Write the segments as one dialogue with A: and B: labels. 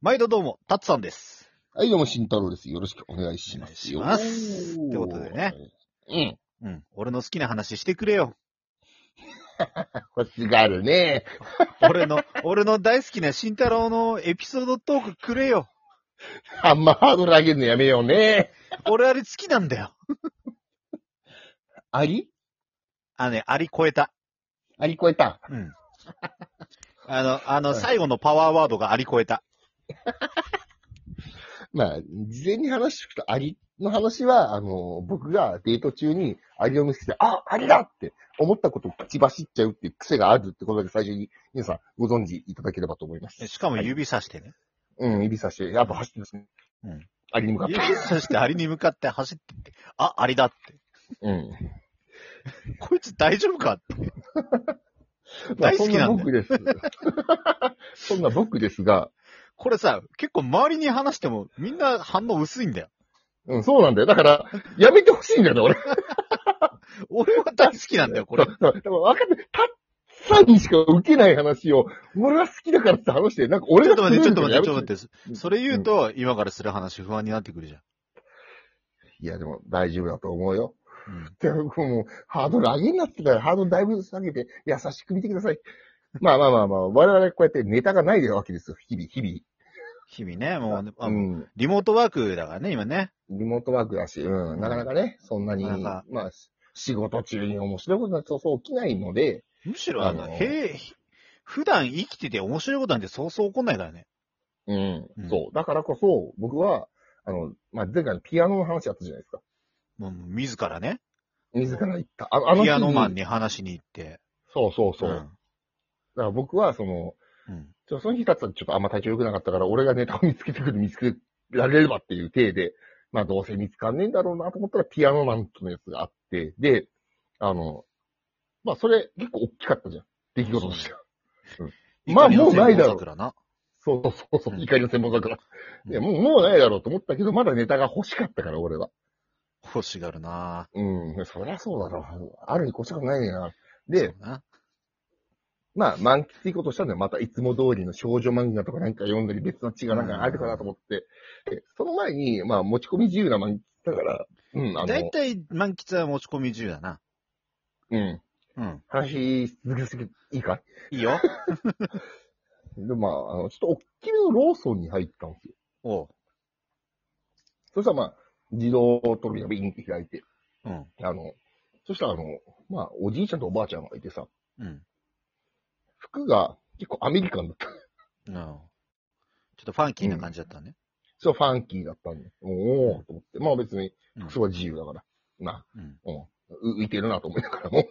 A: 毎度どうも、たつさんです。
B: はい、どうも、慎太郎です。よろしくお願いしますよ。
A: お願いしますってことでね。
B: うん。
A: うん。俺の好きな話してくれよ。
B: 欲しがるね。
A: 俺 の、俺の大好きな慎太郎のエピソードトークくれよ。
B: あんまハードル上げるのやめようね。
A: 俺あれ好きなんだよ。
B: あり
A: あのね、あり超えた。
B: あり超えた。
A: うん。あの、あの、
B: はい
A: 最後のパワーワードがあり超えた。
B: まあ、事前に話しておくと、ありの話は、あの、僕がデート中に、ありを見つけて、あ、ありだって思ったことを口走っちゃうっていう癖があるってことだけ最初に、皆さんご存知いただければと思います。
A: しかも指さしてね。
B: うん、指さして、やっぱ走ってですね。
A: うん。
B: ありに向かって
A: 指。さしてありに向かって走ってって、あ、ありだって。
B: うん。
A: こいつ大丈夫かって。
B: まあ
A: 大好きなんだよ
B: そんな僕 です。そんな僕ですが、
A: これさ、結構周りに話してもみんな反応薄いんだよ。
B: うん、そうなんだよ。だから、やめてほしいんだよね、俺。
A: 俺は大好きなんだよ、これ。
B: だから分かって、たっさんにしか受けない話を、俺は好きだからって話して、なんか 俺
A: ちょっ
B: が
A: と待って、ちょっと待って、ちょっと
B: て。
A: 待って。それ言うと、今からする話不安になってくるじゃん。
B: いや、でも大丈夫だと思うよ。
A: うん
B: でも、もう、ハードル上げになってたら、ハードルだいぶ下げて、優しく見てください。まあまあまあまあ、我々こうやってネタがないわけですよ、日々、日
A: 日々ね、もうね、
B: 々。
A: あ
B: うん。
A: リモートワークだからね、今ね。
B: リモートワークだし、うん、なかなかね、そんなに、
A: なかなか
B: まあ、仕事中に面白いことなんてそうそう起きないので、
A: むしろ、あの、
B: あの
A: へ普段生きてて面白いことなんてそうそう起こんないからね。
B: うん
A: うん
B: そう。だからこそ、僕は、あの、まあ、前回のピアノの話あったじゃないですか。
A: もう自らね、
B: 自ら言った。ああの日に
A: ピアノマンに話しに行って。
B: そうそうそう。だから僕は、その、
A: うん。うん。
B: ちょその日だったらちょっとあんま体調良くなかったから、俺がネタを見つけてくる、見つけられればっていう体で、まあ、どうせ見つかんねえんだろうなと思ったら、ピアノマンとのやつがあって、で、あの、まあ、それ結構大きかったじゃん。出来事としては。ま
A: 怒
B: あ
A: りの
B: もうないだろ
A: 専
B: う
A: 門桜な
B: そうそうそうう、
A: ん
B: 怒りの専門家から。
A: うん
B: いや、もう、もうないだろうと思ったけど、まだネタが欲しかったから、俺は。
A: 欲しがるな
B: うん、そりゃそうだろう。あるに越したことないねんな。
A: そ
B: で
A: う、な
B: まあ、満喫っていうことしたんで、またいつも通りの少女漫画とかなんか読んだり、別の血がなんかあるかなと思って、でその前に、まあ、持ち込み自由な満喫だから、うん、あ
A: だい
B: の、
A: たい満喫は持ち込み中だな。
B: うん、
A: うん。
B: 話続けていいか
A: いいよ。
B: で、まあ、あの、ちょっと大きめのローソンに入ったんですよ。
A: おう。
B: そしたらまあ、自動扉ビンって開いて、
A: うん。
B: あの、そしたらあの、まあ、おじいちゃんとおばあちゃんがいてさ、
A: うん。
B: 服が結構アメリカンだった。
A: うん。ちょっとファンキーな感じだったね。
B: そう、ファンキーだったんで、おーと思って、まあ別に、
A: うん
B: 服装は自由だから、まあ、
A: うん。
B: うん、う浮いてるなと思いながらも。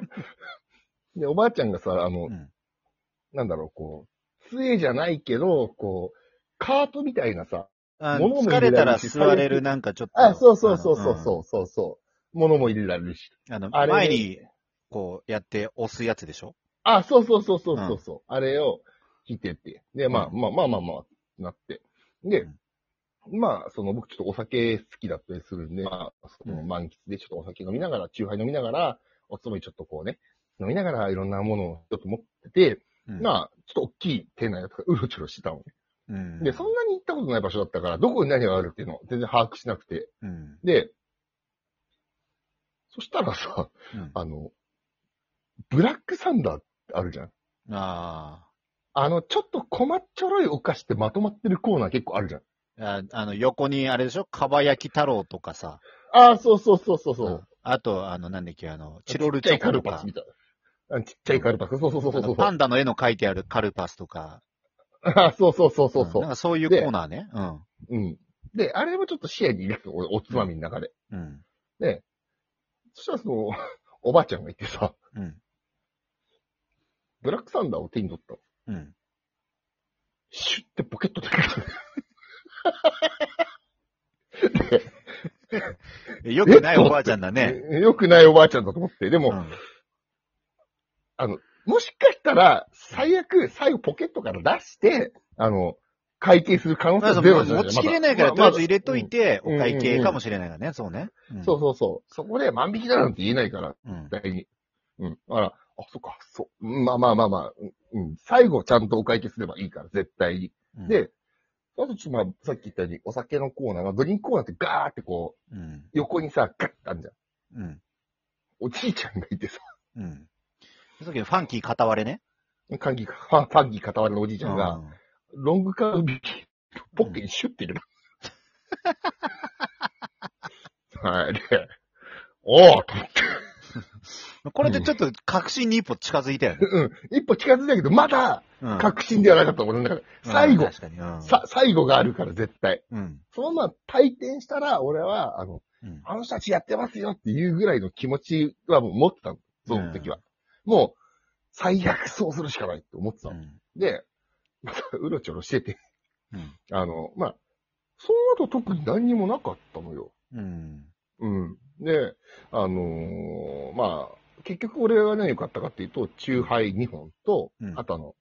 B: で、おばあちゃんがさ、あの、
A: うん。
B: なんだろう、こう、杖じゃないけど、こう、カートみたいなさ、
A: あ
B: 物も入
A: 疲
B: れ
A: れた
B: られ
A: ら
B: るし
A: 座れるなんかちょっと。
B: あ、そうそうそうそう
A: う
B: そうそうそう、物も入れられるし。
A: ん。あの、
B: あれ
A: 前に、こう、やって押すやつでしょ
B: あ、そうそうそうそうそうそう、あれを着てて。で、まあ、
A: う
B: まあまあまあまあ、なって。で、まあ、その僕ちょっとお酒好きだったりするんで、まあ、その
A: うん
B: 満喫でちょっとお酒飲みながら、チューハイ飲みながら、おつまみちょっとこうね、飲みながらいろんなものをちょっと持ってて、
A: うん。
B: まあ、ちょっと大きい店内だとかうろちょろしてたのね。
A: うん。
B: で、そんなに行ったことない場所だったから、どこに何があるっていうのを全然把握しなくて。
A: うん。
B: で、そしたらさ、
A: うん。
B: あの、ブラックサンダーってあるじゃん。
A: あ
B: あの、ちょっと細っちょろいお菓子ってまとまってるコーナー結構あるじゃん。
A: ーあ。あの、横にあれでしょかば焼き太郎とかさ。
B: ああ、そうそうそうそうそ
A: ん
B: う。。
A: あと、あの、なんだっけ、あの、チロル
B: ち
A: チ
B: っちゃい
A: ョコ
B: カ
A: と
B: ルパ
A: か
B: ス。みたいな。あちっちゃいカルパス。そうそうそうそう
A: あ
B: そ
A: の
B: う。
A: パンダの絵の描いてあるカルパスとか。
B: ああ、そうそうそうそうんそ
A: なん
B: う。
A: かそういうコ
B: で
A: ーナーね。うん。
B: うん。で、あれもちょっと視野に入れてた俺おつまみの中で。
A: うん。
B: で、そしたらその、おばあちゃんがいてさ、
A: うん。
B: ブラックサンダーを手に取ったの。
A: うん。
B: シュッてポケットで入れたの。で
A: えよくないおばあちゃんだね。
B: えよくないおばあちゃんだと思って。でも、
A: うん。
B: もしかしたら、最悪、最後ポケットから出して、あの、会計する可能性
A: まあ、
B: は
A: そ
B: ゼ
A: の
B: ロじゃない
A: 持ちきれないから、とりあえず入れとい
B: て、
A: て、
B: うん
A: お会計かもしれないからね、そうね。
B: うんそうそうそう。そこで万引きだなんて言えないから、
A: うん。うん。
B: 絶対に。うん。だから、あ、そっか、そう。まあまあまあまあ、うんうん。最後ちゃんとお会計すればいいから、絶対に。
A: うん、
B: で、あとちょっとまあ、さっき言ったように、お酒のコーナーが、ドリンクコーナーってガーってこう、
A: うん。
B: 横にさ、ガッてあんじゃん。
A: うん。
B: おじいちゃんがいてさ、
A: うん。その時ファンキー片割れね。
B: 歓喜、ファン、ファンキー片割れのおじいちゃんが、
A: うん
B: ロングカービキ、ポッケにシュッ て入れた。はい、で、おおと思って、
A: これでちょっと確信に一歩近づいたよね。
B: うん、一歩近づいたけど、まだ、
A: うん
B: 確信ではなかった、俺の中で。最
A: うん
B: 後、
A: 確かに。うん
B: さ、最後があるから、絶対。
A: うん。
B: そのまま退店したら、俺は、あの、
A: うん
B: あの人たちやってますよっていうぐらいの気持ちはもう持ってたの。その時は。もう、最悪そうするしかないって思ってた
A: う
B: の。
A: ん。
B: で、 またうろちょろしてて、
A: うん
B: あの、まあ、その後特に何にもなかったのよ。
A: うん。
B: うん。で、あのーまあ、結局俺は何を買ったかっていうと、チューハイ2本と、
A: うん
B: あとあの、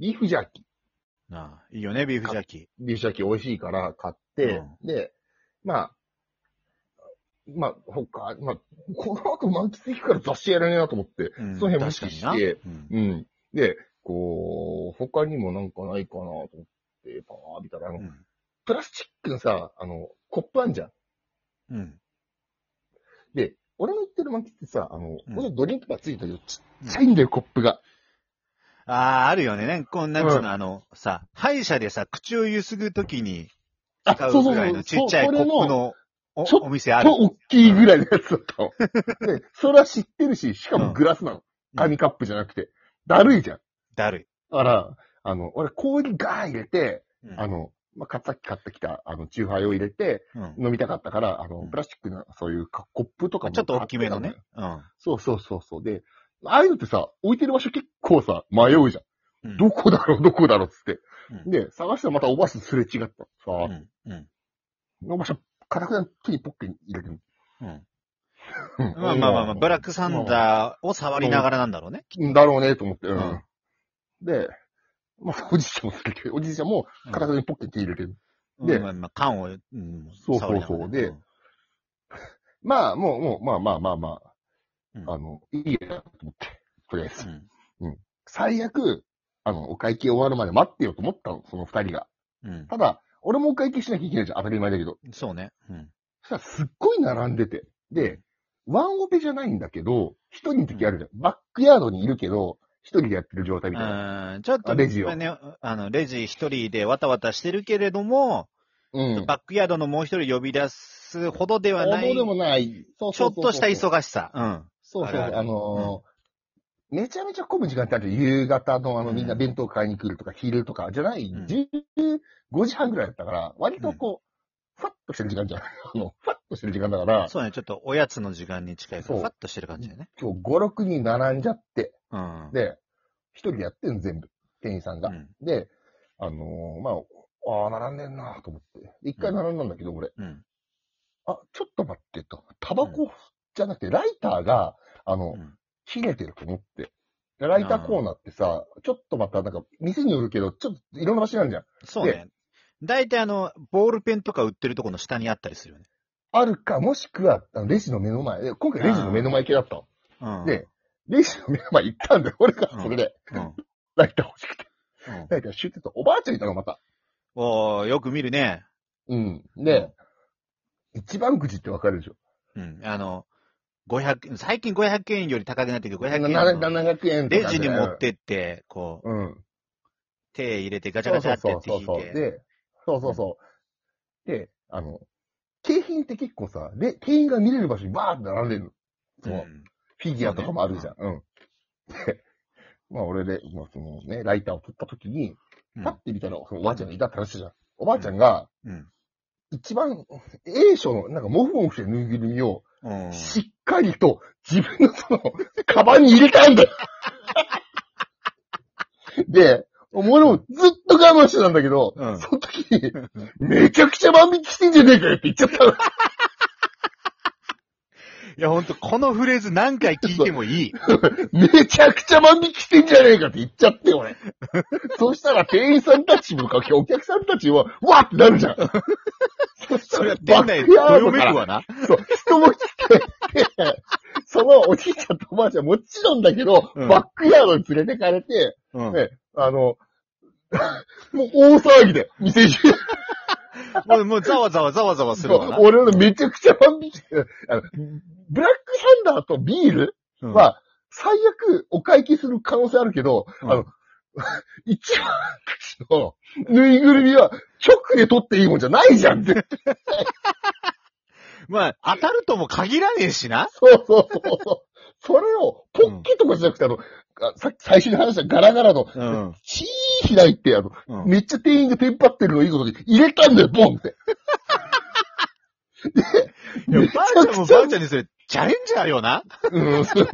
B: ビーフジャーキー。
A: なあ、いいよね、ビーフジャーキ
B: ビーフジャーキー美味しいから買って、で、まあ、まあ、他、まあ、この後満喫できるから雑誌やらねえなと思って、
A: ー。うん
B: その辺無視して、
A: 確かにな
B: うん。で、こう、他にもなんかないかなと思って、パー見たら、あの、
A: うん
B: プラスチックのさ、あの、コップあんじゃん。
A: うん。うん。
B: で、俺の言ってる満喫ってさ、あの、
A: うん
B: このドリンクがついてるよ。ちっちゃいんだよ、コップが。
A: ああ、あるよね。なんかこう、なんつう
B: うん
A: の、あの、さ、歯医者でさ、口をゆすぐときに
B: あ
A: 使うぐらいのちっちゃいコップ
B: それ
A: のお
B: ちょ
A: お店ある
B: 超。大きいぐらいのやつだ ったの。で、それは知ってるし、しかもグラスなの。紙カップじゃなくて。だるいじゃん。
A: だるい。
B: だから、あの、俺氷ガー入れて、
A: うん
B: あ、の、まあ、かさっき買ってきた、あの、チューハイを入れて、
A: うん
B: 飲みたかったから、あ
A: う
B: の
A: ん、
B: プラスチックの、そういうかコップとかも
A: ちょっと大きめのね。。うん。
B: そうそうそうそう。で、ああいうのってさ、置いてる場所結構さ、迷うじゃん。
A: うん
B: どこだろう、どこだろうっつって。
A: うん
B: で、探したらまたおばあさんすれ違った。さあ、
A: うん。うん。
B: おばあさん、かたくなに手にポッケに入れてる。
A: うん。
B: うん
A: まあまあまあまあ、ブラックサンダーを触りながらなんだろうね。
B: だろうね、と思って。う
A: うん
B: ん。で、まあ、 おじいちゃんもするけど、おじいちゃんも、かたくなにポッケに手入れてる。
A: うん
B: で
A: まあまあ、缶を、うん
B: そうそうそ
A: 触り
B: う
A: ながらね
B: でまあ、もう、もう、まあまあまあま
A: うん
B: あ、あの、いいや、と思って、とりあえず
A: う。ん
B: 最悪、あの、お会計終わるまで待ってよと思ったの、その二人が。
A: うん。
B: ただ、俺もお会計しなきゃいけないじゃん、当たり前だけど。
A: うんそうね。うん。
B: そしたらすっごい並んでて。で、ワンオペじゃないんだけど、一人の時あるじゃん。バックヤードにいるけど、一人でやってる状態みたいな。
A: うんちょっと、
B: あレジを
A: まあね、あの、レジ一人でわたわたしてるけれども、
B: うん。
A: バックヤードのもう一人呼び出すほどでは
B: ほ
A: ない、
B: ど
A: ち
B: でも
A: ょ
B: ない。そうそ
A: っ
B: うそうそう
A: とした忙しさ。
B: そう
A: あ
B: そう、
A: るある
B: あのーめちゃめちゃ混む時間ってある。夕方のあの、みんな弁当買いに来るとか、昼とか、じゃない、
A: うん
B: 15時半ぐらいだったから、割とこう、ふわっとしてる時間じゃん。 あの、ふわっとしてる時間だか
A: うん。
B: ら、
A: そうね、ちょっとおやつの時間に近いか
B: そ
A: ら、
B: う
A: ふわっとしてる感じだよね。
B: 今日5、6人並んじゃって、
A: うん。
B: で、一人でやってんの全部、店員さん
A: う
B: が。
A: ん。
B: で、あのーまあ、ああ、並んでんなと思って。で一回並んだんだけど、俺、
A: うん。
B: あ、ちょっと待ってと。タバコじゃなくて、ライターが、あの、
A: うん
B: 切れてると思って。でライターコーナーってさ、ちょっとまた、なんか、店によるけど、ちょっといろんな場所なんじゃん。
A: そうね。大体あの、ボールペンとか売ってるとこの下にあったりするよね。
B: あるか、もしくは、あのレジの目の前。で今回レジの目の前系だったの。
A: うん。
B: で、レジの目の前行ったんだよ。俺が
A: う、ん
B: それで。
A: うん、うん。
B: ライター欲しくて。ライターシュッてと、おばあちゃんいたの、また。
A: おー、よく見るね。
B: うん。で、一番くじってわかるでしょ。
A: うん。あの、500、最近500円より高くなってくる500円
B: な
A: の。
B: 700円とかで。
A: レジに持ってって、こう、
B: うん。
A: 手入れてガチャ
B: そう
A: ガチ
B: そ
A: ャ
B: う
A: ってや
B: そ
A: って
B: う
A: 引
B: そう
A: い
B: そう。
A: て。
B: で、そうそうそう。で、あの、景品って結構さ、で、店員が見れる場所にバーって並んでるの。そううんフィギュアとかもあるじゃん。うん。で、まあ俺で、まあそのね、ライターを取った時に、
A: うん
B: パッて見たら、そのおばあちゃんがいたって話じゃん。おばあちゃんが、
A: うん。
B: 一番、A 賞の、なんか、もふもふしてるぬいぐるみを、
A: うん。
B: しっかりと、自分のその、カバンに入れた んだよ。で、俺もずっと我慢してたんだけど、
A: うん
B: その時に、めちゃくちゃ万引きしてんじゃねえかよって言っちゃったの。
A: いや、ほんと、このフレーズ何回聞いてもいい。
B: めちゃくちゃ万引きしてんじゃねえかって言っちゃっ て、俺。そしたら店員さんたちもかけ、お客さんたちは、わってなるじゃん。そした
A: それ
B: ら
A: は店内でどよめくわな。
B: そう、人も来て、でそのおじいちゃんとおばあちゃんもちろんだけど、
A: うん
B: バックヤードに連れてかれて、
A: うん。
B: ねあの、もう大騒ぎで、店中
A: もう、もう、ざわざわざわざわするわな。
B: 俺のめちゃくちゃ万引きしてあの、ブラックサンダーとビール
A: うん
B: は、最悪お会計する可能性あるけど、
A: うん
B: あの、 一番のぬいぐるみは直で取っていいもんじゃないじゃんって。
A: まあ、当たるとも限らねえしな。
B: そうそうそうそう。それを、ポッキーとかじゃなくて、あの、あさっき最初に話したガラガラの、
A: うん。
B: チー開いて、あの、
A: うん
B: めっちゃ店員がテンパってるのをいいことに入れたんだよ、ボンって。
A: いやばあちゃんもばあちゃんにそれ、チャレンジャーよな。
B: うん、そう。で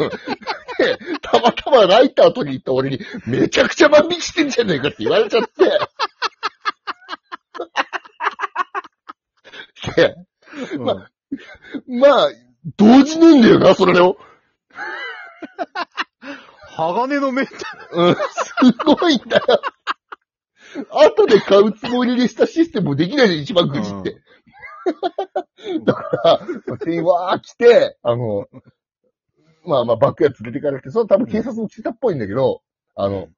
B: たまたまライター取りに行った俺に、めちゃくちゃ万引きしてんじゃねえかって言われちゃって。で、まあまあ、同時なんだよな、それを。
A: 鋼のメンタ
B: うん、すごいんだよ。後で買うつもりでしたシステムもできないで、一番愚痴って。だから、店員わー来て、あの、まあまあ、バックヤード連れてかれて、その多分警察も来たっぽいんだけど、あの、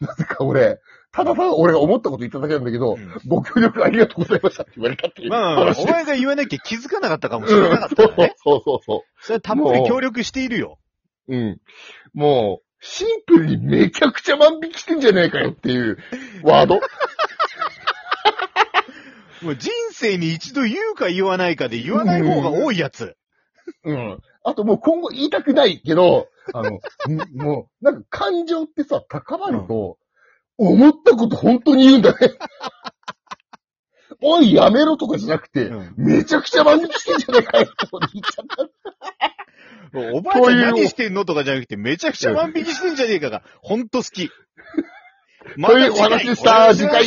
B: なぜか俺、ただただ俺が思ったこと言っただけなんだけど、
A: ル。
B: ご協力ありがとうございましたって言われたっていう
A: まあまあまあ、
B: 話。
A: お前が言わなきゃ気づかなかったかもし
B: う
A: れ
B: ん
A: なかっ
B: そ
A: た
B: う
A: からね。
B: そうそうそ
A: それはたっぷり協力しているよ。
B: う。うん。もう、シンプルにめちゃくちゃ万引きしてんじゃねえかよって いうワード。
A: もう人生に一度言うか言わないかで言わない方が多いやつ。
B: うん。あともう今後言いたくないけど、あの、んもう、なんか感情ってさ、高まると、思ったこと本当に言うんだね。おい、やめろとかじゃなくて、
A: うん
B: めちゃくちゃ万引きしてんじゃないかよってこと言っちゃった。
A: おばあちゃん
B: そういう
A: 何してんのとかじゃなくて、めちゃくちゃ万引きしてんじゃねえかが、ほんと好き。また
B: というお話でした。次回、